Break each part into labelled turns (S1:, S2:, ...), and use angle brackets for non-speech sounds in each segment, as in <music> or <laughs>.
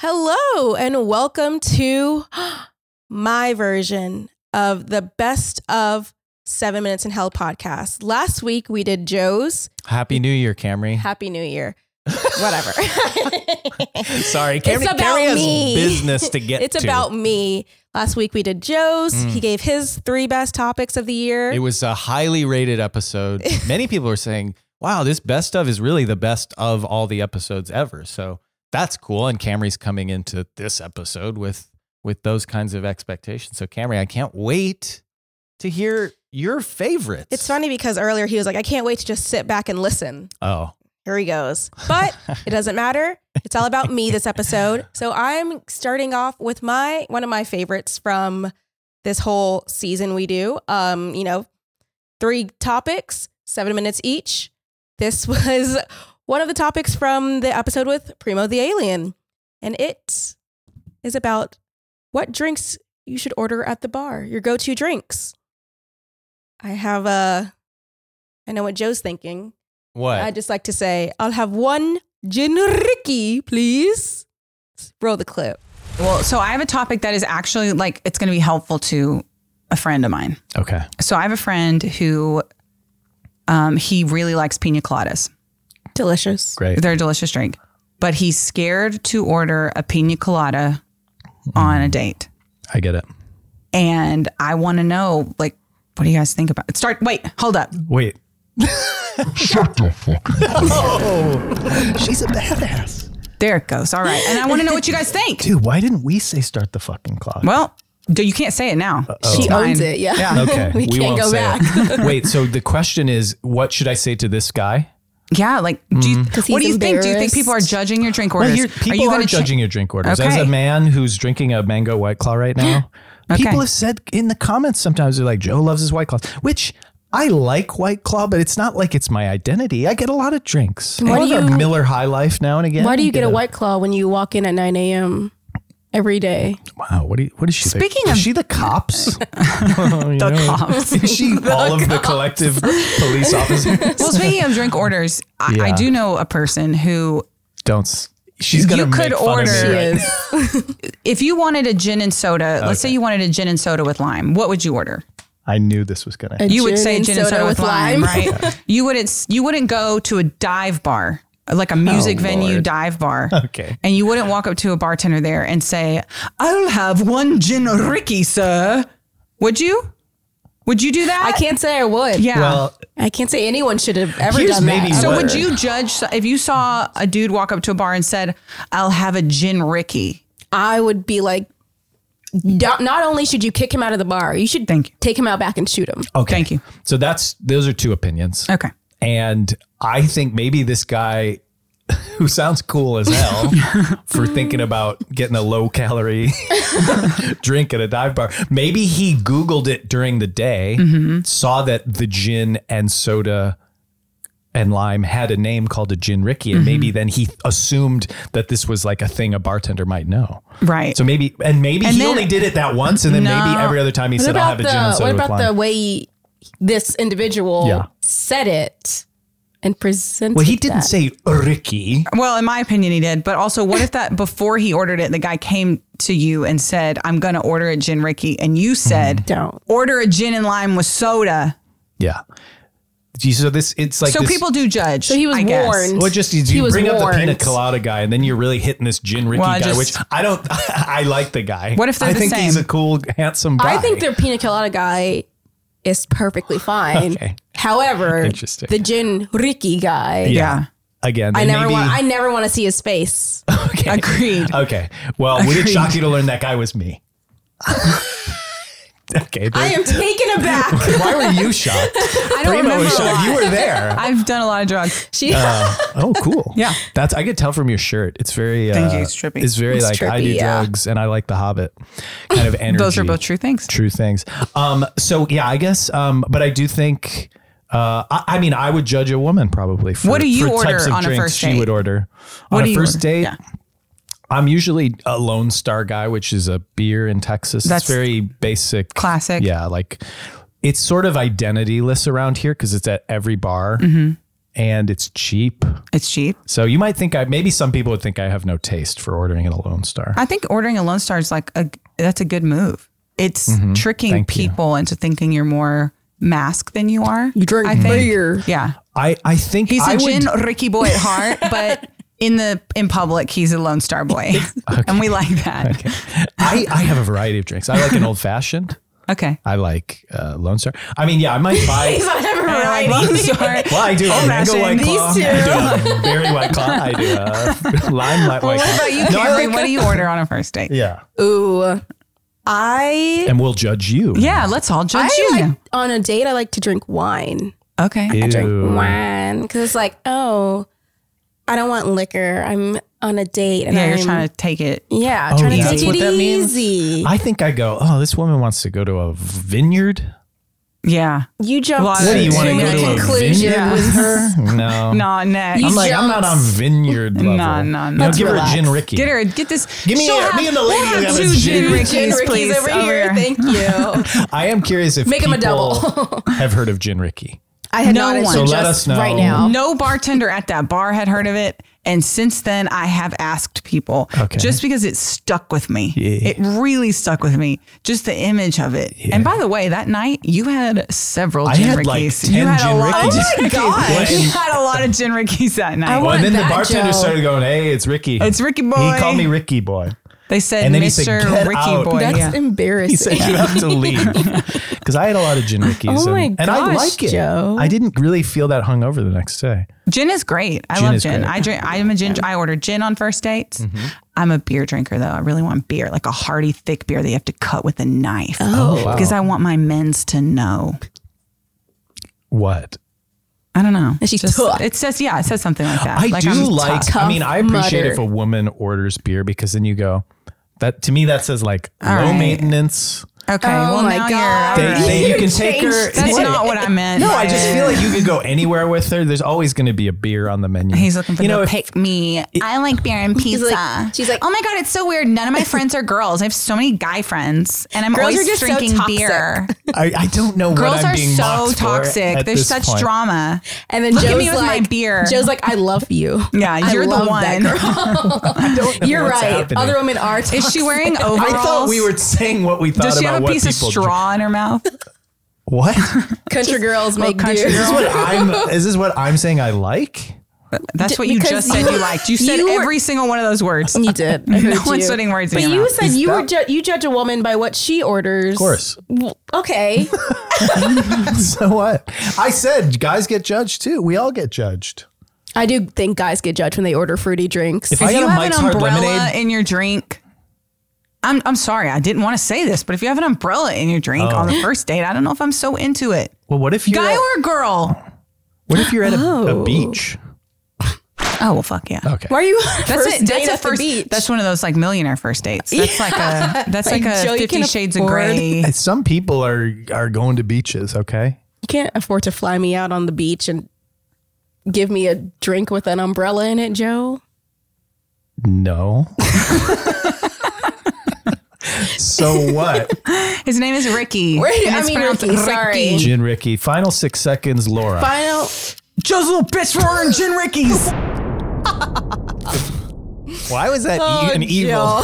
S1: Hello, and welcome to <gasps> my version of the best of Seven Minutes in Hell podcast. Last week we did Joe's
S2: Happy New Year, Camry.
S1: Happy New
S2: <laughs>
S1: Year, whatever.
S2: Sorry, Camry,
S1: It's about
S2: Camry has
S1: me.
S2: business to get
S1: it's
S2: to. Mm.
S1: about me. Last week we did Joe's. He gave his three best topics of the year.
S2: It was a highly rated
S1: <laughs>
S2: episode. Many people are saying, wow, this best of is really the best of all the episodes ever. So that's cool. And Camry's coming into this episode with with those kinds of expectations. So Camry, I can't wait to hear your favorites.
S1: it's funny because earlier he was like, I can't wait to just sit back and listen.
S2: Oh.
S1: Here he goes. But <laughs> it doesn't matter. It's all about me this episode. So I'm starting off with my one of my favorites from this whole season we do. Um, you know, three topics, 7 minutes each. This <laughs> was one of the topics from the episode with Primo the Alien. And it is about what drinks you should order at the bar, your go-to drinks. I have a I know what Joe's thinking.
S2: <laughs> What?
S1: I'd just like to say, I'll have one gin ricky, please. Roll the clip.
S3: Well, so I have a topic that is actually like it's going to be helpful to a friend of mine.
S2: okay.
S3: So I have a friend who um, he really likes pina coladas.
S1: Delicious.
S2: Great.
S3: They're a delicious drink, but he's scared to order a pina colada on a date.
S2: I get it.
S3: And I want to know, like, what do you guys think about it? Start. Wait, hold up.
S2: Wait.
S4: She's a badass.
S3: There it goes. All right. And I want to know what you guys think.
S4: Dude, why didn't we say start the fucking clock?
S3: Well, do you can't say it now.
S1: She
S3: It's
S1: owns
S3: mine.
S1: it. Yeah.
S2: <laughs> Okay.
S1: we, can't
S2: won't
S1: go
S2: say
S1: back. <laughs>
S2: it. Wait, so the question is what should I say to this guy?
S3: Yeah, like, do you,
S1: he's
S3: what do you think? Do you think people are
S1: embarrassed.
S3: judging your drink
S2: Well,
S3: orders?
S2: here, people are,
S3: gonna cha-
S2: judging your drink orders. As
S3: Okay.
S2: a man who's drinking a mango white claw right now,
S3: Okay.
S2: people have said in the comments sometimes they're like, Joe loves his white claws, which I like white claw, but it's not like it's my identity. I get a lot of drinks.
S1: Why
S2: I
S1: do
S2: love a
S1: you-
S2: Miller High Life now and again.
S1: Why do you
S2: I
S1: get a white claw when you walk in at 9 a.m. every day?
S2: Wow, what, do you, what is she?
S3: Speaking
S2: is
S3: of-
S2: she the
S3: <laughs>
S2: cops? the
S3: cops.
S2: Is she all of the collective police officers? <laughs>
S3: Well, speaking of drink orders, I, I
S2: Yeah.
S3: do know a person who,
S2: Don't. s- She's gonna.
S3: You could
S2: make fun Of
S3: order-
S2: me,
S3: She
S2: right?
S1: is.
S3: if you wanted a gin and soda, let's say you wanted a gin and soda with lime, what would you order?
S2: I knew this was gonna.
S1: A
S3: <laughs> You would
S1: gin
S3: say
S1: and
S3: gin and soda with lime, right? You wouldn't. You wouldn't go to a dive bar, like a music venue dive bar.
S2: Oh, <laughs> Okay.
S3: And you wouldn't walk up to a bartender there and say, "I'll have one gin Ricky, sir." Would you? Would you do that?
S1: I can't say I would.
S3: Yeah.
S2: Well,
S1: I can't say anyone should have ever
S2: Here's
S1: done
S2: maybe
S1: that.
S3: So
S2: what-
S3: would you judge if you saw a dude walk up to a bar and said, "I'll have a gin Ricky"?
S1: I would be like, not not only should you kick him out of the bar, you should
S3: Thank you.
S1: take him out back and shoot him.
S2: okay.
S3: Thank you.
S2: So that's those are two opinions.
S3: Okay.
S2: And I think maybe this guy <laughs> who sounds cool as hell
S1: <laughs>
S2: for thinking about getting a low calorie <laughs> drink at a dive bar, maybe he Googled it during the day,
S1: Mm-hmm.
S2: saw that the gin and soda and lime had a name called a gin Ricky. And
S1: Mm-hmm.
S2: maybe then he assumed that this was like a thing a bartender might know.
S3: Right.
S2: So maybe, and maybe
S3: And
S2: he
S3: then-
S2: only did it that once. And then maybe
S3: No.
S2: every other time he
S1: What
S2: said, I'll
S1: about
S2: have a gin
S1: the
S2: and soda
S1: what
S2: with
S1: about
S2: lime."
S1: the way this individual
S2: Yeah.
S1: said it and presented?
S2: Well, he didn't
S1: that?
S2: say Ricky.
S3: Well, in my opinion, he did. But also, what if that <laughs> before he ordered it, the guy came to you and said, "I'm going to order a gin Ricky," and
S2: Mm-hmm.
S3: you said,
S1: Don't.
S3: order a gin and lime with soda."
S2: Yeah. Gee, So this, it's like
S3: so
S2: this,
S3: people do judge.
S1: So he was
S3: I guess.
S1: warned.
S2: Well, just you,
S1: He was
S2: bring up the pina
S1: warned.
S2: colada guy, and then you're really hitting this gin Ricky
S3: Well, I
S2: guy,
S3: just-
S2: which I don't. <laughs> I like the guy.
S3: What if they're
S2: I
S3: the
S2: think
S3: same?
S2: he's a cool, handsome guy?
S1: I think the pina colada guy is
S2: <laughs>
S1: perfectly fine.
S2: Okay.
S1: However,
S2: Interesting.
S1: the gin Ricky guy,
S3: Yeah.
S2: again.
S1: I
S2: they
S1: never
S2: maybe-
S1: want. I never want to see his face.
S2: okay. Uh,
S3: Agreed.
S2: Okay. Well, would it shock you to learn that guy was
S3: <laughs>
S2: me? okay.
S1: I
S2: <laughs>
S1: am taken <laughs> aback.
S2: Why were you
S3: <laughs>
S2: shocked?
S3: I don't
S2: Primo
S3: remember.
S2: was
S3: a
S2: shocked. You
S3: lot.
S2: were there.
S3: I've done a lot of drugs.
S1: <laughs> She, <laughs>
S2: Oh, cool.
S3: Yeah.
S2: That's I could tell from your shirt. It's very uh,
S3: Thank you. It's trippy.
S2: It's very
S1: It's
S2: like I
S1: trippy,
S2: do
S1: yeah.
S2: drugs and I like the Hobbit kind of energy.
S3: <laughs> Those are both true things.
S2: true things. Um, so yeah, I guess. Um, but I do think. Uh, I, I mean, I would judge a woman probably. For,
S3: What do you
S2: for
S3: order
S2: types of
S3: on a
S2: drinks
S3: first
S2: she
S3: date?
S2: would order
S3: What
S2: on
S3: do
S2: a
S3: you
S2: first
S3: order?
S2: date.
S3: Yeah.
S2: I'm usually a Lone Star guy, which is a beer in Texas.
S3: That's
S2: it's very basic,
S3: classic. Mm-hmm.
S2: Yeah, like it's sort of identityless around here because it's at every bar. and it's cheap.
S3: It's cheap.
S2: So you might think I maybe some people would think I have no taste for ordering at a Lone Star.
S3: I think ordering a Lone Star is like a that's a good move. It's tricking
S2: Mm-hmm. Thank you.
S3: people into thinking you're more mask than you are.
S5: You drink
S3: I think-
S5: beer.
S3: Yeah.
S2: I, I think
S3: He's a
S2: I
S3: gin Ricky boy
S2: <laughs>
S3: at heart, but in the in public he's a Lone Star boy. and we like that. Okay.
S2: I, I have a variety of drinks. I like an old fashioned. I like uh, Lone Star. I mean, yeah, I might
S1: <laughs>
S2: buy.
S1: He's on every
S3: I
S1: variety.
S3: like
S1: <laughs>
S3: <laughs>
S2: <laughs>
S3: Lone Star.
S2: Well, I do a mango
S3: fashioned,
S2: white
S3: these
S2: claw.
S1: two.
S2: I do a berry white claw. I do a lime light white
S3: What
S2: claw.
S3: about you,
S2: No, I
S3: Carrie?
S2: like-
S3: what do you order on a first
S2: <laughs>
S3: date?
S4: Yeah.
S1: Ooh, I
S2: And we'll judge you.
S3: Yeah, let's all judge
S1: I
S3: you.
S1: like on a date. I like to drink wine.
S3: okay.
S1: I
S2: Ew.
S1: drink wine because it's like, oh, I don't want liquor. I'm on a date, and
S3: yeah,
S1: I'm
S3: you're trying to take it.
S1: yeah,
S2: Oh,
S1: trying to
S2: yeah.
S1: take
S2: That's what
S1: it
S2: that means?
S1: easy.
S2: I think I go, oh, this woman wants to go to a vineyard.
S3: Yeah.
S1: You jumped
S3: What
S2: What do you
S3: So
S2: want to
S3: you're
S2: go
S3: gonna
S2: to a
S1: conclusion
S2: vineyard
S1: <laughs>
S2: with her?
S3: <laughs>
S2: No.
S3: Nah, next.
S2: I'm like, I'm not on vineyard level.
S3: Nah, nah,
S2: No,
S3: nah.
S2: give
S5: Relax.
S2: her a gin Ricky.
S3: Get her. Get this.
S2: Give me
S3: she'll
S2: a- me and the
S3: we'll
S2: lady
S3: have
S2: have a
S3: two gin
S2: gin-
S3: Rickies,
S1: Gin Rickies
S3: please.
S1: over here. Thank you.
S2: I am curious if
S1: Make him
S2: people
S1: a double.
S2: have heard of gin Ricky.
S1: <laughs> I had
S3: No
S1: not
S3: one.
S2: So
S1: until
S2: let
S1: just
S2: us know.
S1: right now.
S3: No bartender at that bar had heard of it, and since then I have asked people
S2: Okay.
S3: just because it stuck with me. It really stuck with me, just the image of it. And by the way, that night you had several
S2: I
S3: gin
S2: had, like,
S3: Rickies.
S2: 10
S3: you had
S2: gin
S3: a lot.
S2: Rickies.
S3: Oh my god!
S2: What?
S3: <laughs> you had a lot of gin Rickies that night.
S2: Well, and then the
S1: that
S2: bartender
S1: joke.
S2: started going, hey, it's Ricky.
S3: It's Ricky boy.
S4: He called me Ricky boy.
S3: They said
S2: And then he
S3: Mr.
S2: said, "Get
S3: Ricky
S2: out."
S3: boy.
S1: That's
S3: yeah.
S1: embarrassing.
S2: He said you have to leave
S3: <laughs>
S2: because I had a lot of gin Rickies.
S1: Oh my
S2: and, and I
S1: gosh,
S2: like it.
S1: Joe.
S2: I didn't really feel that hungover the next day.
S3: Gin is great. I
S2: Gin
S3: love
S2: is
S3: gin.
S2: great. Mm-hmm.
S3: I drink. I'm a gin. I order gin on first dates. I'm a beer drinker though. I really want beer, like a hearty, thick beer that you have to cut with a knife. Oh, because I want my men's to know.
S2: What?
S3: I don't know.
S1: And she's tough.
S3: It says yeah. It says something like that.
S2: I do
S3: I'm
S2: like.
S3: tough.
S2: I mean, I appreciate
S1: mutter.
S2: if a woman orders beer because then you go. That to me, that says like low
S3: right.
S2: maintenance.
S3: Okay.
S1: <laughs> Oh
S3: well,
S1: my
S3: now
S1: God.
S2: They,
S3: you're. all right.
S2: they- you
S1: You
S2: can take her.
S1: changed
S2: <laughs>
S3: That's
S2: What?
S3: not what I meant.
S2: No, I
S3: by
S2: just
S3: it.
S2: feel like you could go anywhere with her. There's always going to be a beer on the menu.
S3: He's looking for
S2: you
S3: the
S2: know, if-
S3: pick me. I like beer and pizza.
S1: like- she's like-
S3: oh my god, it's so weird. None of
S1: <laughs>
S3: my friends are girls. I have so many guy friends, and I'm
S1: Girls
S3: always
S1: are just so
S3: drinking
S1: toxic.
S3: beer.
S2: I, I don't know.
S3: Girls
S2: what I'm
S3: are
S2: being
S3: so
S2: mocked for
S3: toxic.
S2: at
S3: There's
S2: this
S3: such
S2: point.
S3: drama.
S1: And then
S3: Look at
S1: Joe's
S3: me with my
S1: like,
S3: beer.
S1: Joe's like, I love you.
S3: Yeah,
S1: I
S3: you're the
S1: love
S3: one.
S1: that
S3: <laughs>
S1: girl. <laughs> you're
S2: what's
S1: right.
S2: happening.
S1: Other women are.
S3: Is she
S1: toxic.
S3: wearing overalls?
S2: I thought we were saying what we thought
S3: Does she
S2: about
S3: have a
S2: what
S3: piece of
S2: people. drink.
S3: straw in her mouth?
S2: What?
S1: country girls make
S3: country
S1: do?
S2: Is this
S3: <laughs>
S2: what I'm is this what I'm saying I like?
S3: That's what you
S1: because
S3: just said
S1: you-
S3: you liked. You said
S1: you were-
S3: every single one of
S1: <laughs>
S3: those
S1: <laughs>
S3: words.
S1: You did.
S3: <laughs> No one's putting words in
S1: But
S3: your
S1: you
S3: mouth.
S1: said you were ju- you judge a woman by what she orders. Of
S2: <laughs> course.
S3: <laughs>
S1: Okay.
S4: So what? I said guys get judged too. We all get judged.
S1: I do think guys get judged when they order fruity drinks.
S2: I
S3: If
S2: got
S3: you
S2: a
S3: have an
S2: Mike's Hard
S3: umbrella
S2: Lemonade-
S3: in your drink, I'm I'm sorry, I didn't want to say this, but if you have an umbrella in your drink on
S2: Oh.
S3: the first date, I don't know if I'm so into it.
S2: Well, what if you're
S3: Guy
S2: at,
S3: or girl?
S2: what if you're at a, a beach?
S3: Oh well, fuck yeah.
S2: Okay.
S1: Why are you? <laughs>
S3: That's
S1: first
S3: it.
S1: date
S3: That's a
S1: at the
S3: first.
S1: beach?
S3: That's one of those like millionaire first dates. That's like a that's
S1: <laughs>
S3: like,
S1: Like,
S3: a
S1: Joe, you
S3: Fifty
S1: can
S3: Shades of
S1: afford- <laughs>
S3: Grey.
S4: Some people are are going to beaches, okay?
S1: you can't afford to fly me out on the beach and give me a drink with an umbrella in it, Joe.
S2: No. <laughs> so what?
S3: His name is Ricky.
S1: Wait,
S3: and
S1: I
S3: it's
S1: mean
S3: pronounced
S1: Ricky, sorry.
S2: Gin Ricky. Final six seconds, Laura.
S1: Final.
S3: Joe's little bitch for ordering gin Rickies.
S2: Why was that e-
S3: Oh,
S2: an evil?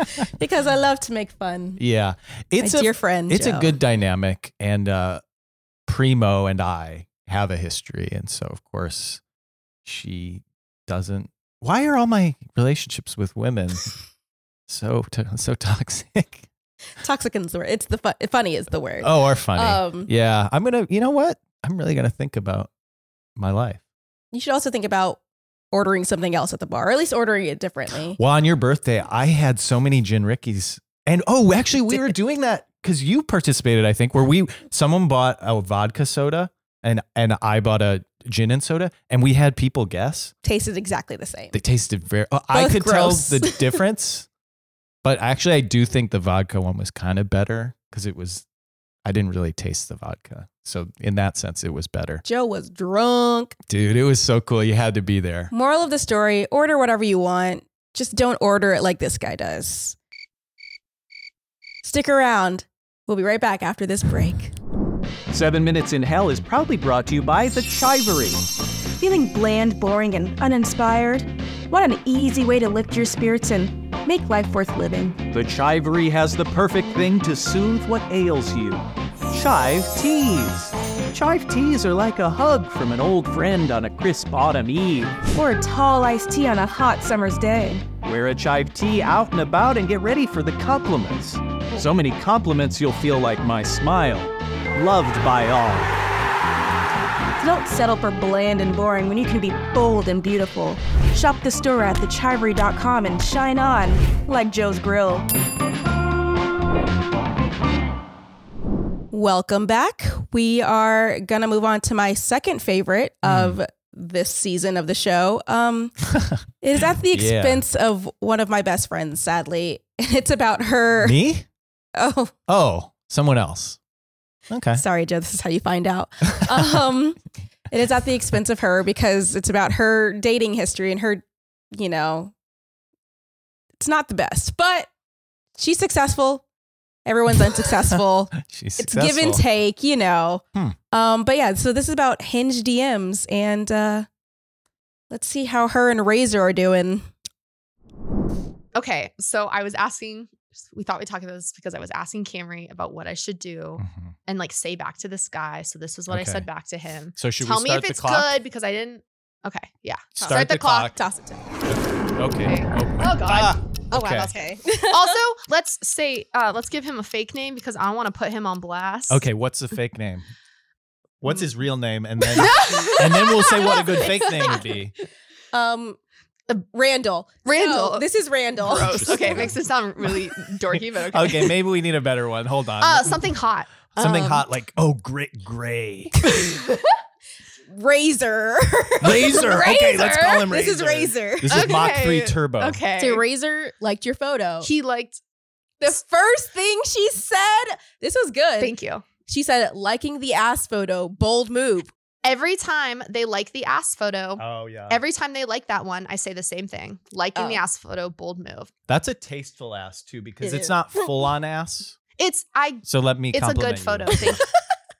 S3: <laughs>
S1: Joe. <laughs> because I love to make fun.
S2: Yeah. It's
S1: My
S2: a
S1: dear friend,
S2: It's
S1: Joe.
S2: a good dynamic. And uh Primo and I have a history. And so of course she doesn't why are all my relationships with
S1: <laughs>
S2: women so to so toxic?
S1: Toxic is the word. It's the fun, funny is the word.
S2: Oh, or funny.
S1: Um,
S2: yeah, I'm gonna. You know what? I'm really gonna think about my life.
S1: You should also think about ordering something else at the bar, or at least ordering it differently.
S2: Well, on your birthday, I had so many gin rickies, and oh, actually, we were doing that because you participated. I think where we someone bought a vodka soda, and and I bought a gin and soda, and we had people guess.
S1: Tasted exactly the same.
S2: They tasted very. oh, I
S1: Both
S2: could
S1: gross.
S2: tell the difference, but actually, I do think the vodka one was kind of better because it was. I didn't really taste the vodka, so in that sense, it was better.
S1: Joe was drunk.
S2: Dude, it was so cool. You had to be there.
S1: Moral of the story order whatever you want. Just don't order it like this guy does. Stick around. We'll be right back after this break.
S6: Seven Minutes in Hell is proudly brought to you by The Chivery.
S7: Feeling bland, boring, and uninspired? Want an easy way to lift your spirits and make life worth living?
S8: The chivery has the perfect thing to soothe what ails you. Chive teas. Chive teas are like a hug from an old friend on a crisp autumn eve.
S7: Or a tall iced tea on a hot summer's day?
S8: Wear a chive tee out and about and get ready for the compliments. So many compliments you'll feel like my smile. Loved by all.
S7: So don't settle for bland and boring when you can be bold and beautiful. Shop the store at thechivery.com and shine on, like Joe's Grill.
S1: Welcome back. We are gonna move on to my second favorite
S9: Hmm.
S1: of this season of the show.
S9: <laughs>
S1: Um, it is at the
S9: Yeah.
S1: expense of one of my best friends, sadly. <laughs> It's about her.
S9: Me?
S1: Oh,
S9: Oh, someone else. Okay.
S1: sorry, Joe. This is how you find out.
S2: <laughs>
S1: Um, it is at the expense of her because it's about her dating history and her, you know, it's not the best, but she's successful. Everyone's
S2: <laughs>
S1: unsuccessful.
S9: She's
S1: it's
S9: successful.
S1: give and take, you know.
S9: Hmm.
S1: Um, but yeah, so this is about Hinge DMs, and uh, let's see how her and Razor are doing.
S10: Okay, so I was asking. We thought we'd talk about this because I was asking Camry about what I should
S2: Mm.
S10: do
S9: Mhm.
S10: and like say back to this guy. So this is what I
S9: Okay.
S10: said back to him.
S2: So should
S10: Tell
S2: we
S10: me
S2: start
S10: if it's
S2: the clock?
S10: good because I didn't. Okay, yeah.
S2: Start
S10: the,
S2: the clock.
S10: clock. Toss it to him.
S2: Okay.
S10: Oh God.
S1: Oh
S2: wow, Okay. that's
S1: okay.
S10: also, let's say uh, let's give him a fake name because I want to put him on blast. <laughs>
S2: Okay, what's the fake name? What's his real name? And
S10: <laughs>
S2: then and then we'll say what a good fake name would be.
S1: <laughs> um, Randall.
S10: Randall.
S1: So, this is Randall.
S10: Gross. Oh, Okay, it makes it sound really dorky, but okay.
S2: Okay, maybe we need a better one. Hold on.
S10: Uh, something hot.
S2: Something
S1: um,
S2: hot like oh great
S10: <laughs>
S2: gray.
S1: Razor.
S2: Razor. Okay, let's call him
S1: This
S2: Razor.
S1: is Razor.
S2: This is Mach 3
S10: Okay.
S2: Turbo.
S10: Okay.
S1: So Razor liked your photo.
S10: He liked.
S1: the first thing she said, this was good.
S10: Thank you.
S1: she said, liking the ass photo, bold move.
S10: Every time they like the ass photo,
S2: Oh yeah.
S10: every time they like that one, I say the same thing. Liking the
S1: Oh.
S10: ass photo, bold move.
S2: That's a tasteful ass too because
S1: It
S2: it's
S1: is.
S2: not full on ass.
S10: It's I.
S2: So let me
S10: It's a good
S2: compliment
S10: photo.
S2: you. <laughs>
S10: Thank,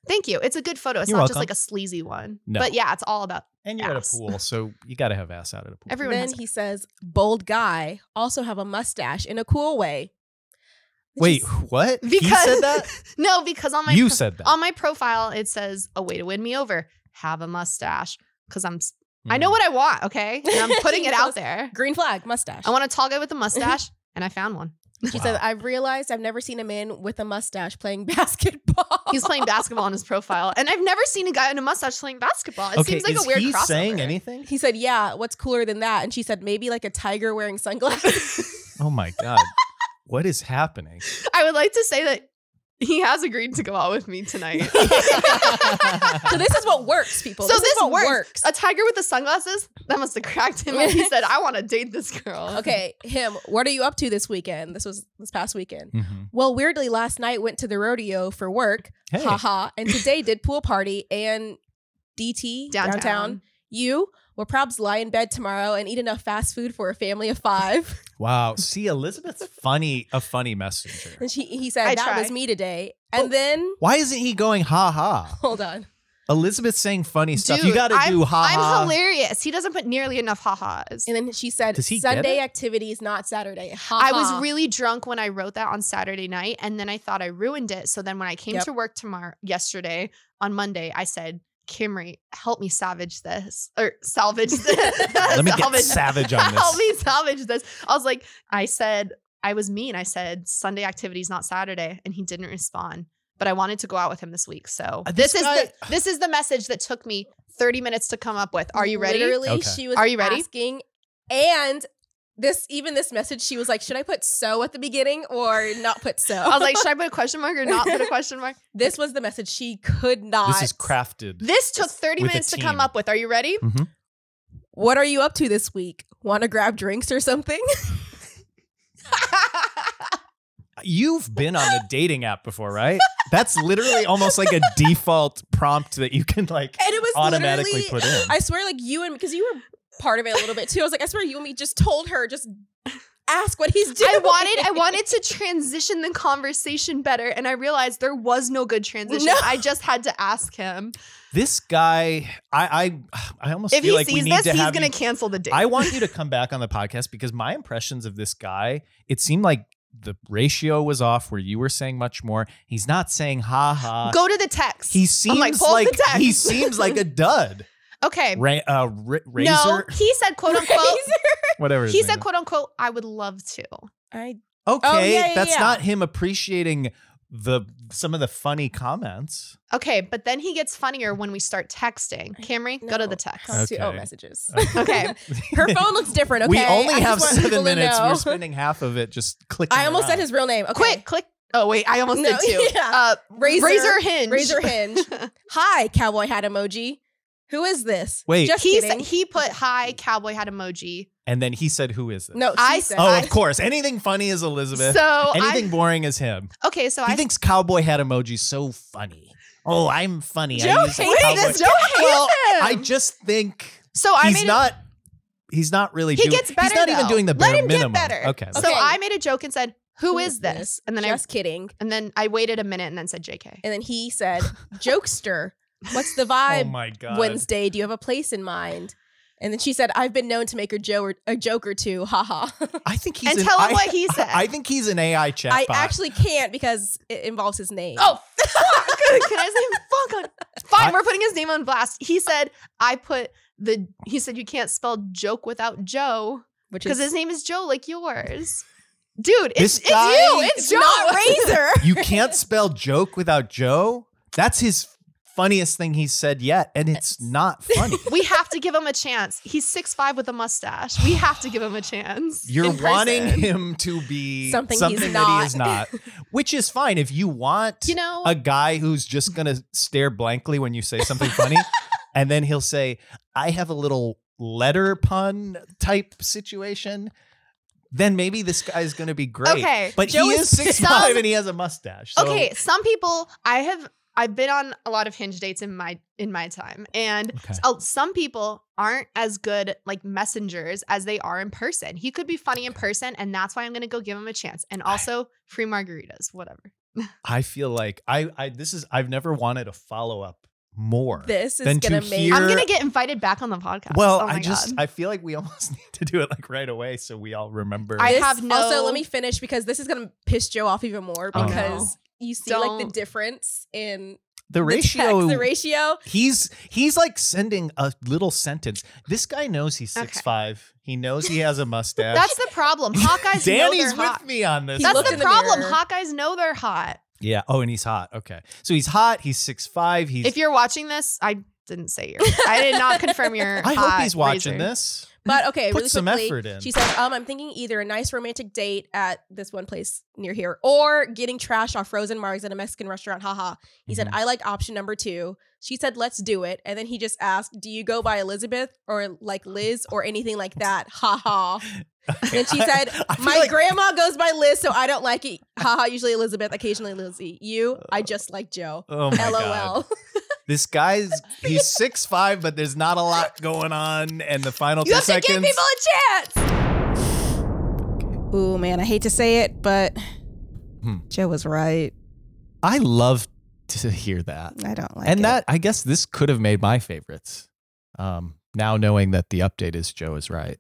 S10: thank you. It's a good photo. It's
S2: You're
S10: not
S2: welcome.
S10: just like a sleazy one.
S2: No.
S10: But yeah, it's all about
S2: And you're
S10: Ass.
S2: at a pool, so you got to have ass out at a pool.
S10: everyone.
S1: then
S10: has
S1: he says, bold guy, also have a mustache in a cool way.
S2: Wait,
S1: Just-
S2: what? He
S10: Because- um,
S2: said that?
S10: <laughs> no, because on my
S2: You
S10: pro-
S2: said that.
S10: on my profile it says a way to win me over. Have a mustache because I'm. s I I know
S2: Mm.
S10: what I want. Okay,
S2: <laughs>
S10: and I'm putting it out there.
S1: green flag, mustache.
S10: I want a tall guy with a mustache, and I found one.
S1: she said, I've realized I've never seen a man with a mustache playing <laughs> basketball.
S10: He's playing basketball on his profile, and I've never seen a guy in a mustache playing basketball. It seems like
S2: is
S10: a weird
S2: he
S10: crossover.
S2: saying anything?
S1: He said, Yeah, what's cooler than that? And she said, Maybe like a tiger wearing sunglasses.
S2: <laughs> Oh my god, what is
S10: <laughs>
S2: happening?
S10: I would like to say that he has agreed to go out with me <laughs> tonight.
S1: so, this is what works, people.
S10: So
S1: this,
S10: this
S1: is what
S10: works.
S1: works.
S10: a tiger with the sunglasses that must have cracked him. up. he said, "I want to date this girl."
S1: <laughs> Okay, him, what are you up to this weekend? This was this past weekend.
S2: Mhm.
S1: Well, weirdly, last night went to the rodeo for work.
S2: Hey.
S1: Haha. And today did pool party and DT
S10: downtown.
S1: downtown. You will probably lie in bed tomorrow and eat enough fast food for a family of five. <laughs>
S2: Wow. See, Elizabeth's funny, a funny messenger.
S1: And she, he said,
S10: I Oh.
S1: That
S10: try.
S1: was me today. And then,
S2: Why isn't he going ha ha?
S1: hold on.
S2: Elizabeth's saying funny stuff. you
S10: Dude,
S2: got to
S10: I'm-
S2: do ha ha.
S10: I'm hilarious. He doesn't put nearly enough ha-has.
S1: And then she said,
S2: Does he get
S1: Sunday
S2: it?
S1: activities, not Saturday. Haha.
S10: I was really drunk when I wrote that on Saturday night, and then I thought I ruined it. So then when I came
S1: Yep.
S10: to work tomorrow, yesterday on Monday, I said, "Kimry, help me savage this or
S1: <laughs>
S10: salvage this."
S2: Let
S10: <laughs>
S2: me get
S10: Salvage-
S2: savage on
S10: <laughs>
S2: this.
S10: help me salvage this. I was like, I said, I was mean. I said Sunday activities, not Saturday, and he didn't respond. But I wanted to go out with him this week, so
S2: Uh,
S10: this,
S2: this
S10: is
S2: guy-
S10: the this is the message that took me 30 minutes to come up with. Are you ready?
S1: Literally,
S2: Okay.
S1: she was
S10: Are you ready?
S1: asking. And this, even this message, she was like, Should I put so at the beginning or not put so?
S10: I was like, should I put a question mark or not put a question mark?
S1: This was the message she could not.
S2: This is crafted.
S10: This took 30
S2: With a
S10: minutes to come
S2: team.
S10: up with. Are you ready?
S1: What are you up to this week? Want to grab drinks or something? <laughs>
S2: You've been on a dating app before, right? That's literally almost like a default prompt that you can like
S1: And it was
S2: automatically
S1: literally-
S2: put in.
S10: <laughs>
S1: I swear, like you and because you were part of it a little bit too. I was like, I swear, you and me just told her just ask what he's doing.
S10: I wanted I
S1: <laughs>
S10: wanted to transition the conversation better and I realized there was no good transition.
S1: No.
S10: I just had to ask him.
S2: This guy, I, I, I almost
S10: If he
S2: feel like we
S10: sees
S2: need
S10: this,
S2: to
S10: he's
S2: have
S10: going
S2: you-
S10: to cancel the date.
S2: I want you to come back on the podcast because my impressions of this guy, it seemed like the ratio was off where you were saying much more. He's not saying ha ha.
S10: Go to the text.
S2: Uh, He seems
S10: I'm like,
S2: like,
S10: "Pull up the text."
S2: he seems
S10: <laughs>
S2: like a dud.
S10: okay.
S2: Ra- uh, ra- razor, <laughs>
S10: No, he said quote unquote.
S2: whatever. his
S10: he
S2: name
S10: said
S2: is.
S10: quote unquote, I would love to. <laughs>
S1: I
S2: Okay,
S1: Oh, yeah, yeah,
S2: that's
S1: yeah.
S2: not him appreciating the some of the funny comments. <laughs>
S10: Okay, but then he gets funnier when we start texting. Camry, go to
S1: No.
S10: the
S1: <laughs>
S10: text.
S1: can't see- oh
S2: Okay. Uh,
S1: messages.
S10: Okay.
S2: <laughs>
S1: Her phone looks different. Okay,
S2: we only
S1: I just
S2: have
S1: want people
S2: seven
S1: to
S2: minutes.
S1: know.
S2: We're spending half of it just clicking.
S1: I almost said
S2: around.
S1: his real name. Okay.
S10: Quick, click. Oh wait, I almost
S1: No, <laughs>
S10: did too.
S1: yeah.
S10: Uh,
S1: razor,
S10: razor hinge.
S1: razor hinge.
S10: <laughs>
S1: Hi, cowboy hat emoji. Who is this?
S2: Wait.
S1: just
S10: <laughs> He said
S1: kidding.
S10: he put hi cowboy hat emoji.
S2: and then he said, "Who is this?"
S1: no, she
S10: I-
S1: said.
S2: Oh,
S1: I,
S2: of course. Anything funny is Elizabeth.
S10: So
S2: Anything boring is him.
S10: I okay, so
S2: he
S10: I
S2: thinks cowboy hat emoji so funny. Oh, I'm funny.
S1: Joe
S2: I use a
S1: hates
S2: cowboy-
S1: this.
S10: Joe hates
S2: Well,
S10: him.
S2: I just think
S10: so I
S2: he's
S10: made
S2: not. He's not really.
S10: He
S2: doing-
S10: gets better,
S2: He's not even
S10: though.
S2: doing the
S10: Let
S2: bare
S10: him get
S2: minimum.
S10: better.
S2: Okay.
S10: a,
S1: Okay.
S10: so I made a joke and said, "Who is this?" And then I
S1: just kidding.
S10: and then I waited a minute and then said, "JK."
S1: And then he said, "Jokester, what's the vibe?
S2: Oh my god.
S1: Wednesday, do you have a place in mind?" And then she said, "I've been known to make her Joe or, a joke or two. Ha ha. <laughs>
S2: I think he's
S10: And
S2: an,
S10: tell him
S2: I- <laughs>
S10: what he said.
S2: I think he's an AI chatbot.
S1: I actually can't because it involves his name.
S10: Oh, fuck. <laughs> Can I
S2: <laughs>
S10: say fuck on? Fine,
S2: I-
S10: we're putting his name on blast. He said, I put the, he said, you can't spell joke without Joe
S1: which
S10: because
S1: is
S10: his name is Joe, like yours. Dude,
S2: This
S10: it's, it's
S2: guy-
S10: you. It's, Joe.
S1: not razor.
S2: You can't spell joke without Joe. That's his funniest thing he's said yet, and it's not
S10: <laughs>
S2: funny.
S10: we have to give him a chance. He's six five with a mustache. We have to give him a chance.
S2: You're
S10: in
S2: wanting
S10: person.
S2: him to
S10: <laughs>
S2: be
S1: Something
S2: something,
S1: he's
S2: that
S1: not.
S2: he is not, which is fine if you want
S10: You know,
S2: a guy who's just gonna stare blankly when you say something
S10: <laughs>
S2: funny, and then he'll say, "I have a little letter pun type situation." Then maybe this guy's gonna be great.
S10: Okay,
S2: but
S10: Joe
S2: he
S10: is
S2: is six five
S10: some-
S2: and he has a mustache. so-
S10: okay, some people I have I've been on a lot of hinge dates in my in my time and
S2: Okay.
S10: so- Oh, some people aren't as good like messengers as they are in person. He could be funny in person and that's why I'm going to go give him a chance and
S2: I-
S10: also free margaritas, whatever.
S2: I feel like I, I this is I've never wanted a follow up more.
S1: This is
S2: Then
S1: gonna
S2: to
S1: make.
S2: hear-
S10: I'm going
S2: You're-
S10: to get invited back on the podcast.
S2: well,
S10: Oh my
S2: I just
S10: God.
S2: I feel like we <laughs> almost need to do it like right away so we all remember.
S10: I
S1: This-
S10: have no-
S1: Also, let me finish because this is gonna piss Joe off even more
S2: Oh, no.
S1: because you see like
S10: Don't.
S1: the difference in
S2: the
S1: the
S2: ratio.
S1: text, the ratio.
S2: He's he's like sending a little sentence. This guy knows he's
S10: Okay.
S2: six five. He knows he has a mustache. <laughs>
S10: That's the problem. Hawkeyes know
S2: Danny's
S10: they're
S2: with
S10: hot.
S2: me on this.
S1: He
S10: That's
S1: looked
S10: the
S1: in the
S10: problem.
S1: mirror.
S10: Hawkeyes know they're hot.
S2: yeah. Oh, and he's hot. Okay. So he's hot. He's six five. He's.
S10: if you're watching this, I didn't say your. I did not confirm your.
S2: I hope
S10: hot
S2: he's watching
S10: razor.
S2: this.
S1: But okay,
S2: Put
S1: really
S2: some
S1: quickly,
S2: effort in.
S1: She says, um, I'm thinking either a nice romantic date at this one place near here or getting trashed off frozen margs at a Mexican restaurant. Haha. He said,
S2: Mhm.
S1: I like option number two. She said, let's do it. And then he just asked, do you go by Elizabeth or like Liz or anything like that? Haha. And she said,
S2: <laughs> I feel
S1: my
S2: like-
S1: grandma goes by Liz, so I don't like it. Haha, usually Elizabeth, occasionally Lizzie. You, I just like Joe.
S2: Oh Uh, my god.
S1: LOL.
S2: This guy's he's six five, but there's not a lot going on. And the final two
S1: You have
S2: seconds,
S1: to give people a chance. Ooh, man, I hate to say it, but
S2: Hmm.
S1: Joe was right.
S2: I love to hear that.
S1: I don't like
S2: and that I guess this could have made my favorites. Um, now knowing that the update is Joe is right.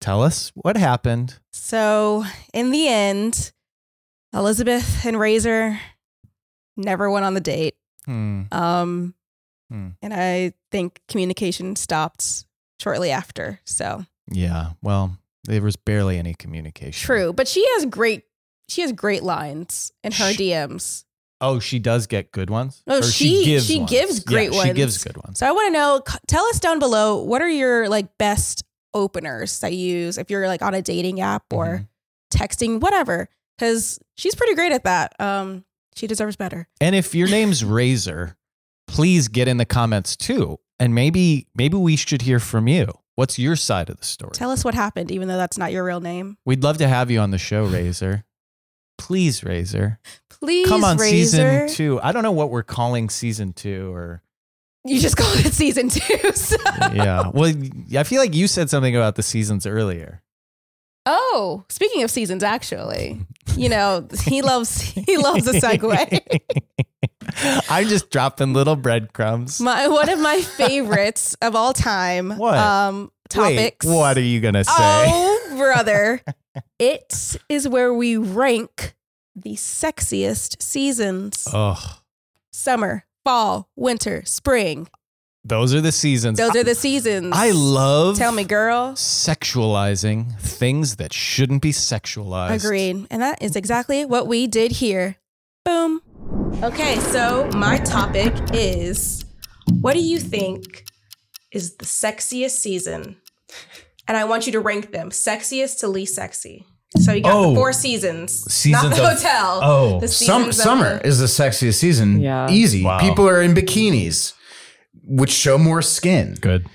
S2: Tell us what happened.
S1: So in the end, Elizabeth and Razor never went on the date.
S2: Hmm.
S1: Um,
S2: Hmm.
S1: and I think communication stopped shortly after. So
S2: Yeah. Well, there was barely any communication.
S1: true, but she has great. She has great lines in her
S2: Sh-
S1: DMs.
S2: Oh, she does get good ones.
S1: Oh,
S2: Or
S1: she- she
S2: ones.
S1: gives great
S2: She gives
S1: ones.
S2: good ones.
S1: So I want to know. c- Tell us down below what are your like best openers that you use if you're like on a dating app or
S2: Mhm.
S1: texting, whatever. Because she's pretty great at that. Um, she deserves better.
S2: And if your name's Razor, please get in the comments too. And maybe maybe we should hear from you. What's your side of the story?
S1: Tell us what happened, even though that's not your real name.
S2: We'd love to have you on the show, Razor. Please, Razor.
S1: Please,
S2: Come on,
S1: Razor.
S2: season two. I don't know what we're calling season two or
S1: <laughs> You just called it season two. <laughs> so-
S2: yeah. Well, I feel like you said something about the seasons earlier.
S1: Oh, speaking of seasons, actually, you know
S2: <laughs>
S1: he loves he loves a segue.
S11: I'm just dropping little breadcrumbs.
S1: My one of my favorites of all time.
S11: What?
S1: um topics?
S11: Wait, what are you gonna say?
S1: Oh,
S11: <laughs>
S1: brother! it is where we rank the sexiest seasons:
S11: Ugh.
S1: summer, fall, winter, spring.
S11: Those are the seasons.
S1: Those are the seasons.
S11: I love
S1: Tell me, girl.
S11: sexualizing things that shouldn't be sexualized.
S1: Agreed. And that is exactly what we did here. Boom. Okay, so my topic is what do you think is the sexiest season? And I want you to rank them sexiest to least sexy. So you got
S2: Oh.
S1: the four seasons, not
S2: Seasons
S1: the
S2: of-
S1: hotel.
S2: oh.
S1: the
S4: Some,
S1: seasons of
S4: summer
S1: the-
S4: is the sexiest season.
S12: Yeah.
S4: Easy.
S2: Wow.
S4: People are in bikinis, which show more skin.
S2: Good.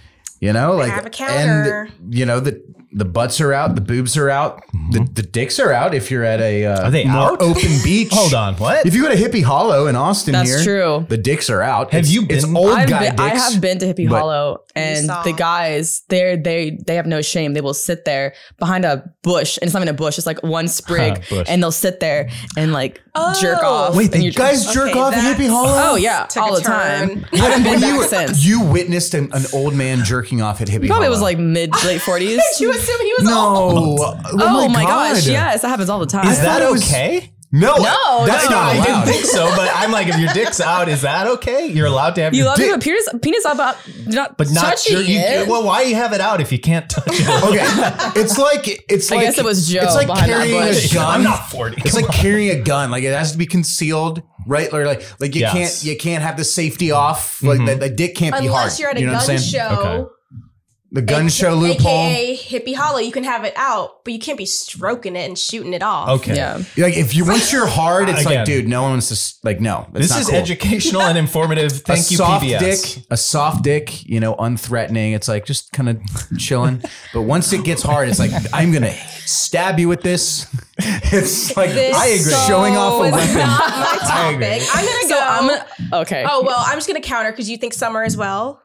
S4: You know, like
S1: have a counter.
S4: and you know the the butts are out, the boobs are out, the, the dicks are out. If you're at a uh,
S2: Are they
S4: more
S2: out?
S4: <laughs> open beach,
S2: Hold on. What?
S4: If you go to Hippie Hollow in Austin,
S12: That's
S4: here,
S12: true.
S4: The dicks are out.
S2: Have
S4: It's-
S2: you
S4: It's
S2: been-
S4: old
S12: I've
S4: guy
S12: been, I
S4: dicks.
S12: have been to Hippie
S4: but-
S12: Hollow, and
S1: saw.
S12: the guys, they they they have no shame. They will sit there behind a bush, and it's not even a bush; it's like one sprig,
S2: Bush.
S12: and they'll sit there and like jerk off.
S4: Wait,
S12: and
S4: the
S12: you're just-
S4: guys jerk
S1: Okay,
S4: off in
S1: that
S4: Hippie Hollow?
S12: Oh yeah,
S1: Oh. Took a
S12: all the
S1: turn.
S4: <laughs>
S12: time. I haven't been
S4: you,
S12: back since.
S4: you witnessed an, an old man jerking off at Hippie
S12: Probably
S4: Hollow.
S12: was like mid
S1: <laughs>
S12: late forties.
S1: You assume he was
S4: no.
S1: old.
S4: Oh,
S12: Oh, my,
S4: God.
S12: gosh, yes, that happens all the time.
S4: Is that
S2: that
S4: was-
S2: okay?
S4: No,
S12: No,
S4: that's
S12: no.
S4: not
S2: I didn't
S4: allowed.
S2: think so, but I'm like, if your dick's out, is that okay? You're allowed
S1: <laughs>
S2: to have
S12: you
S2: your
S12: love
S2: dick,
S12: your penis penis up, up not
S2: but not
S12: touching
S2: sure. You,
S12: it.
S2: well, why you have it out if you can't touch it?
S4: okay, it's like it's
S12: I
S4: like
S12: guess it was Joe
S4: It's like
S12: behind that
S4: carrying a
S12: bush.
S4: gun.
S2: I'm not 40.
S4: It's like carrying a gun. Like it has to be concealed, right? Or like like you
S2: Yes.
S4: can't you can't have the safety off.
S2: Mm-hmm.
S4: Like the, the dick can't be hard.
S1: Unless you're at a
S4: you know what I'm
S1: gun
S4: saying?
S1: show,
S2: Okay.
S4: The gun show loophole.
S1: aka Hippie Hollow, you can have it out, but you can't be stroking it and shooting it off.
S2: Okay.
S12: yeah.
S4: Like if you once you're hard, it's
S2: Again.
S4: like, dude, no one wants to. s- Like no, that's
S2: This
S4: not
S2: is
S4: cool.
S2: educational and informative. Thank
S4: a
S2: you,
S4: soft
S2: PBS.
S4: dick, a soft dick, you know, unthreatening. It's like just kind of <laughs> chilling. But once it gets hard, it's like I'm gonna stab you with this. <laughs> It's like
S1: This
S4: I agree.
S1: so
S4: Showing off a
S1: is
S4: weapon.
S1: Not
S4: <laughs>
S1: my
S4: I agree.
S1: topic. I'm gonna go.
S12: So I'm gonna, okay.
S1: Oh well, I'm just gonna counter because you think summer as well.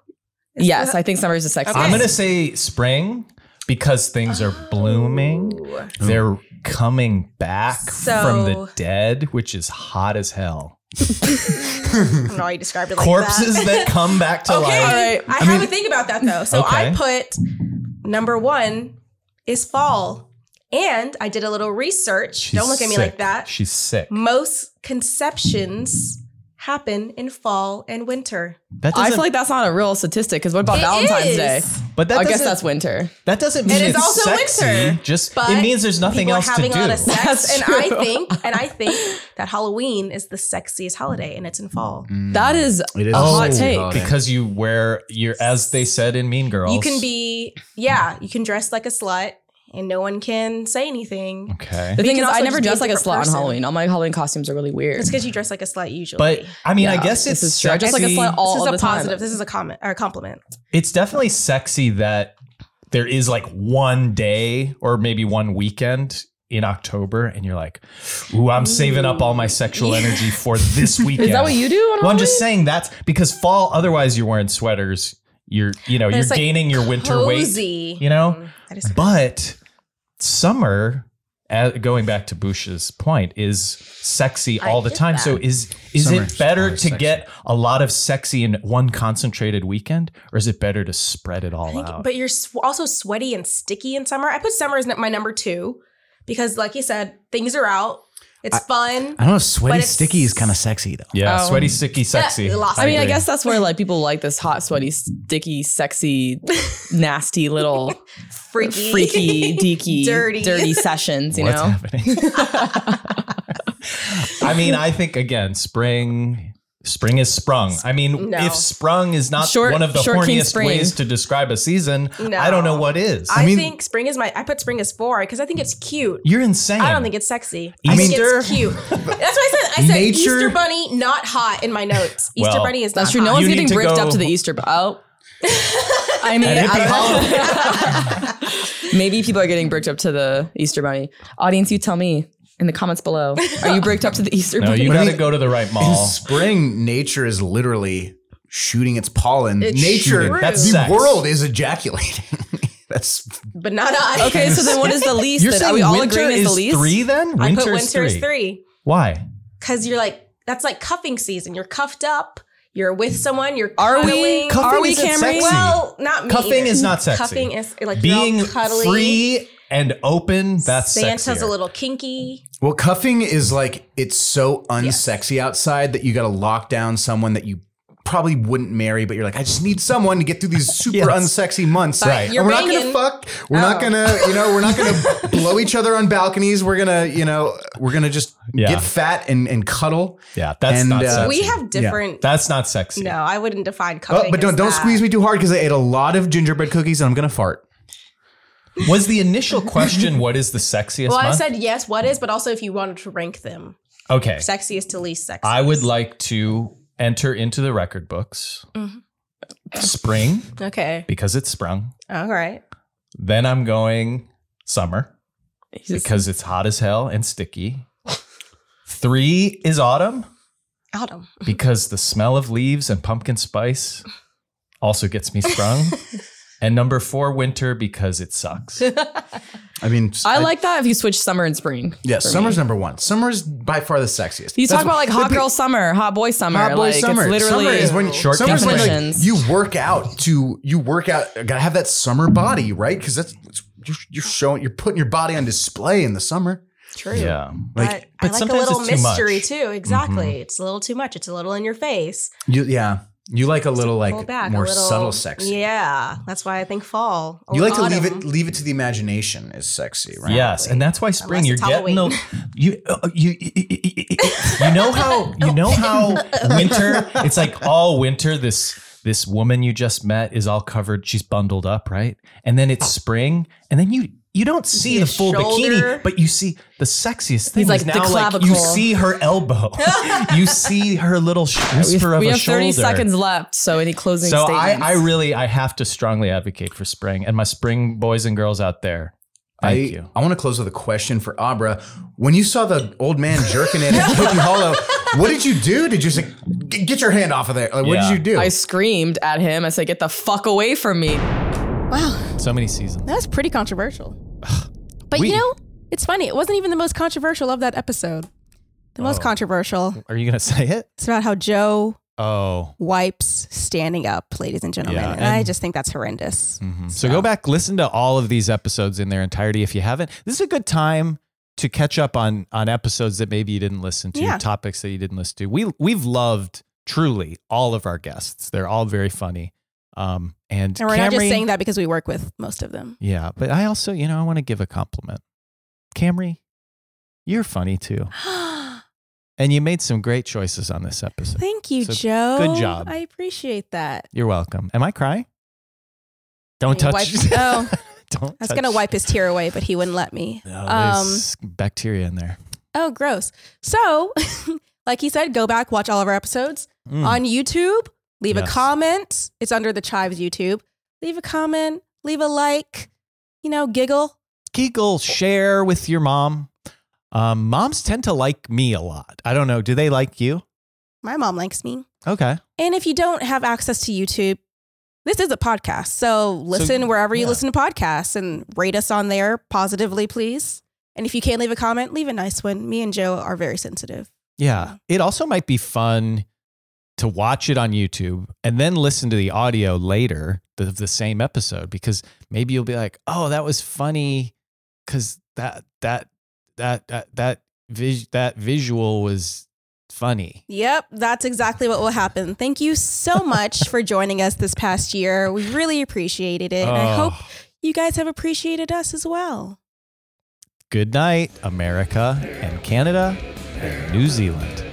S12: yes, I think summer is the sexiest.
S1: Okay.
S2: I'm gonna say spring because things are blooming. They're coming back
S1: Oh. So-
S2: from the dead, which is hot as hell.
S1: I don't know how you described it. Like
S2: Corpses that,
S1: that. <laughs>
S2: come back to
S1: okay,
S2: life.
S12: right.
S1: I, have a think about that though. So I put number one is fall, and I did a little research.
S2: She's
S1: don't look at me like
S2: sick.
S1: that.
S2: She's sick.
S1: Most conceptions happen in fall and winter.
S2: That
S12: I
S2: doesn't.
S12: feel like that's not a real statistic because what about
S1: It
S12: Valentine's
S1: is.
S12: Day?
S2: but that
S12: I guess
S2: doesn't-
S12: that's winter.
S2: That doesn't mean
S1: It is
S2: it's
S1: also
S2: sexy.
S1: winter,
S2: Just
S1: But
S2: it means there's nothing
S1: people
S2: else
S1: are
S2: to
S1: having
S2: do.
S1: A lot of sex,
S12: That's
S1: and I
S12: true.
S1: think and I
S12: <laughs>
S1: think that Halloween is the sexiest holiday, and it's in fall.
S2: Mm.
S12: That is
S4: It is
S12: a Oh, hot
S4: sexy
S12: take.
S4: holiday.
S2: Oh, because you wear your, as they said in Mean Girls,
S1: You can be, yeah, you can dress like a slut and no one can say anything.
S2: okay.
S12: The
S1: you
S12: thing
S1: can
S12: is, I
S1: also just be a
S12: never dress like a
S1: different
S12: slut
S1: person.
S12: on Halloween. All my Halloween costumes are really weird.
S1: It's because you dress like a slut usually.
S2: But I mean, I
S12: Yeah,
S2: guess it's
S12: this is true. I just like a
S2: sexy-
S12: slut all
S1: this is
S12: the
S1: a positive.
S12: time.
S1: This is a comment or a compliment.
S2: it's definitely sexy that there is like one day or maybe one weekend in October, and you're like, "Ooh, I'm saving up all my sexual energy for this weekend."
S12: Is that what you do? On
S2: Well, I'm
S12: Halloween?
S2: just saying that's because fall. Otherwise, you're wearing sweaters. You're, you know, you're
S1: it's, like,
S2: gaining your winter weight.
S1: Cozy.
S2: You know,
S1: Mm, I just-
S2: <laughs> But summer, uh, going back to Bush's point, is sexy all the time. So is is
S4: Summer's
S2: it better
S4: always
S2: to
S4: sexy.
S2: get a lot of sexy in one concentrated weekend, or is it better to spread it all
S1: Thank you.
S2: out?
S1: But you're sw- also sweaty and sticky in summer. I put summer as n- my number two because, like you said, things are out. It's fun.
S4: I don't know. Sweaty
S1: But it's-
S4: sticky is kind of sexy though.
S2: yeah,
S12: Oh.
S2: sweaty, sticky, sexy.
S1: Yeah, um, lost
S12: I mean, I
S2: agree.
S12: guess that's where like people like this hot, sweaty,
S1: <laughs>
S12: sticky, sexy, nasty little
S1: Freaky.
S12: freaky,
S1: <laughs>
S12: deaky,
S1: Dirty.
S12: sessions. You
S2: What's
S12: know,
S2: happening?
S1: <laughs>
S2: I mean, I think again, spring. Spring is sprung. I mean,
S1: No.
S2: if sprung is not
S12: Short-
S2: one of the
S12: short king
S2: horniest
S12: spring.
S2: ways to describe a season,
S1: No.
S2: I don't know what is.
S1: I,
S4: mean-
S1: think spring is my. I put spring as four because I think it's cute.
S2: You're insane.
S1: I don't think it's sexy. I
S2: I
S1: think
S2: mean-
S1: it's cute. That's what I said. I said
S4: Nature-
S1: Easter bunny not hot in my
S4: <laughs>
S1: notes. Easter
S2: Well,
S1: bunny is not
S12: that's true. No
S1: hot.
S12: one's
S2: You need
S12: getting
S2: to
S12: bricked
S2: go-
S12: up to the Easter. But
S1: <laughs>
S12: oh, I mean,
S2: At Hippie
S12: I don't know. <laughs> maybe people are getting bricked up to the Easter Bunny. Audience, you tell me in the comments below. Are you bricked up to the Easter
S2: no,
S12: Bunny?
S2: you
S4: I
S2: got to
S4: mean-
S2: go to the right
S4: In
S2: mall.
S4: spring, nature is literally shooting its pollen. nature,
S2: That's
S4: the
S2: sex.
S4: world is ejaculating. <laughs> That's
S1: but not
S2: <laughs>
S1: I.
S12: Okay, so then what is the least?
S2: You're
S12: that,
S2: saying
S12: are we all
S2: winter
S12: agreeing is
S2: is
S12: the least?
S2: three then?
S1: <laughs> I
S2: Winter's
S1: put winter is three
S2: Why?
S1: because you're like that's like cuffing season. You're cuffed up. You're with someone. You're
S12: Are we-
S1: cuddling.
S12: Cuffing
S1: Are we
S2: isn't
S1: Camry?
S2: sexy.
S1: Well, not me.
S2: Cuffing
S1: either.
S2: is not sexy.
S1: Cuffing is like being
S2: Being
S1: all cuddly.
S2: free and open, that's
S1: Santa's
S2: sexier.
S1: a little kinky.
S4: well, cuffing is like it's so unsexy outside that you got to lock down someone that you probably wouldn't marry, but you're like, I just need someone to get through
S12: <laughs>
S4: these super
S2: Yes.
S4: unsexy months.
S1: But Right.
S4: And
S1: you're
S4: we're not
S1: banging-
S4: gonna fuck. We're not
S1: Oh.
S4: gonna, you know, we're not
S12: <laughs>
S4: gonna blow each other on balconies. We're gonna, you know, we're gonna just
S2: Yeah.
S4: get fat and and cuddle.
S2: Yeah, that's
S4: And,
S2: not
S4: uh,
S2: sexy.
S1: we have different.
S2: that's not sexy.
S1: no, I wouldn't define cuffing.
S4: Oh, but don't
S1: as
S4: don't
S1: that.
S4: squeeze me too hard because I ate a lot of gingerbread cookies and I'm gonna fart.
S2: Was the initial question what is the sexiest
S1: Well, I
S2: month?
S1: said yes. What is? But also, if you wanted to rank them,
S2: okay.
S1: sexiest to least sexy.
S2: I would like to enter into the record books
S1: Mm-hmm.
S2: spring
S1: Okay.
S2: because it's sprung.
S1: All right.
S2: Then I'm going summer
S12: He's just-
S2: because it's hot as hell and sticky. Three is autumn
S1: Autumn.
S2: because the smell of leaves and pumpkin spice also gets me sprung. and number four, winter because it sucks.
S4: I mean,
S12: I like that if you switch summer and spring.
S4: Yeah,
S12: for me.
S4: summer's number one. Summer's by far the sexiest.
S12: You
S4: That's
S12: talk about like
S4: what-
S12: hot girl summer, hot boy summer.
S4: Hot boy
S12: like,
S4: summer.
S12: It's literally
S4: summer is when
S2: Short
S4: summer's when, like,
S12: definitions.
S4: you work out to you work out. Gotta have that summer body, right? Because that's you're, you're showing you're putting your body on display in the summer.
S1: True.
S2: yeah.
S4: Like
S1: but I
S2: But
S1: like a
S2: sometimes
S1: little
S2: it's too much. Mm-hmm.
S1: mystery too. Exactly. It's a little too much. It's a little in your face.
S4: you, yeah, you like a little like
S1: Pull back.
S4: more
S1: a little,
S4: subtle sex.
S1: Yeah. That's why I think fall. or
S4: You like to leave it
S1: autumn.
S4: leave it to the imagination is sexy, right?
S2: Yes, and that's why spring
S1: Unless
S2: you're
S1: it's
S2: getting the you uh, you you know how you know
S12: <laughs>
S2: how winter it's like all winter this this woman you just met is all covered she's bundled up right and then it's spring and then you you don't see
S1: see
S2: the
S1: a
S2: full
S1: shoulder.
S2: bikini but you see the sexiest thing
S12: He's like
S2: is
S12: the
S2: now like you
S12: clavicle.
S2: see her
S12: <laughs>
S2: elbow you see her little sh- whisper of
S12: we
S2: a
S12: have
S2: shoulder
S12: 30 seconds left, so any closing
S2: so I,
S12: statements?
S2: I really I have to strongly advocate for spring and my spring boys and girls out there thank
S4: I,
S2: you
S4: I want to close with a question for Abra. When you saw the old man jerking it at Hooky Hollow, what did you do? Did you just like, "G- get your hand off of there? Like, what
S2: Yeah.
S4: did you do?
S12: I screamed at him. I said, "Get the fuck away from me!"
S1: Wow.
S2: so many seasons
S1: That was pretty controversial.
S2: <sighs>
S1: But
S2: We-
S1: you know, it's funny. It wasn't even the most controversial of that episode. The most
S2: Oh.
S1: controversial.
S2: are you gonna say it
S1: It's about how Joe
S2: Oh,
S1: wipes standing up, ladies and gentlemen.
S2: Yeah,
S1: and, I
S2: and-
S1: just think that's horrendous.
S2: so go back, listen to all of these episodes in their entirety if you haven't. This is a good time to catch up on on episodes that maybe you didn't listen to,
S1: Yeah.
S2: topics that you didn't listen to. We we've loved truly all of our guests. They're all very funny. Um, and
S1: And we're not just
S2: Camry-
S1: saying that because we work with most of
S12: <gasps>
S1: them.
S2: Yeah, but I also, you know, I want to give a compliment. Camry, you're funny too, and you made some great choices on this episode.
S1: Thank you,
S2: So,
S1: Joe.
S2: good job.
S1: I appreciate that.
S2: You're welcome. Am I crying? Don't
S1: You
S2: touch. <laughs>
S1: wiped- oh.
S2: Don't.
S1: I was
S2: touch-
S1: gonna wipe his tear away, but he wouldn't let me.
S2: No,
S1: um,
S2: there's bacteria in there.
S1: oh, gross. So, <laughs> like he said, go back, watch all of our episodes
S2: Mm.
S1: on YouTube. Leave a
S2: Yes.
S1: comment. It's under the Chives YouTube. Leave a comment. Leave a like. You know, giggle.
S2: Kegel share with your mom. Um, moms tend to like me a lot. I don't know. Do they like you?
S1: My mom likes me.
S2: Okay.
S1: And if you don't have access to YouTube, this is a podcast. So listen wherever you
S2: yeah.
S1: listen to podcasts and rate us on there positively, please. And if you can't leave a comment, leave a nice one. Me and Joe are very sensitive.
S2: Yeah. It also might be fun to watch it on YouTube and then listen to the audio later of the same episode because maybe you'll be like, "Oh, that was funny cuz that that that that that vis- that visual was funny."
S1: Yep, that's exactly what will happen. Thank you so <laughs> much for joining us this past year. We really appreciated it. And I
S2: Oh.
S1: hope you guys have appreciated us as well.
S2: Good night, America and Canada and New Zealand.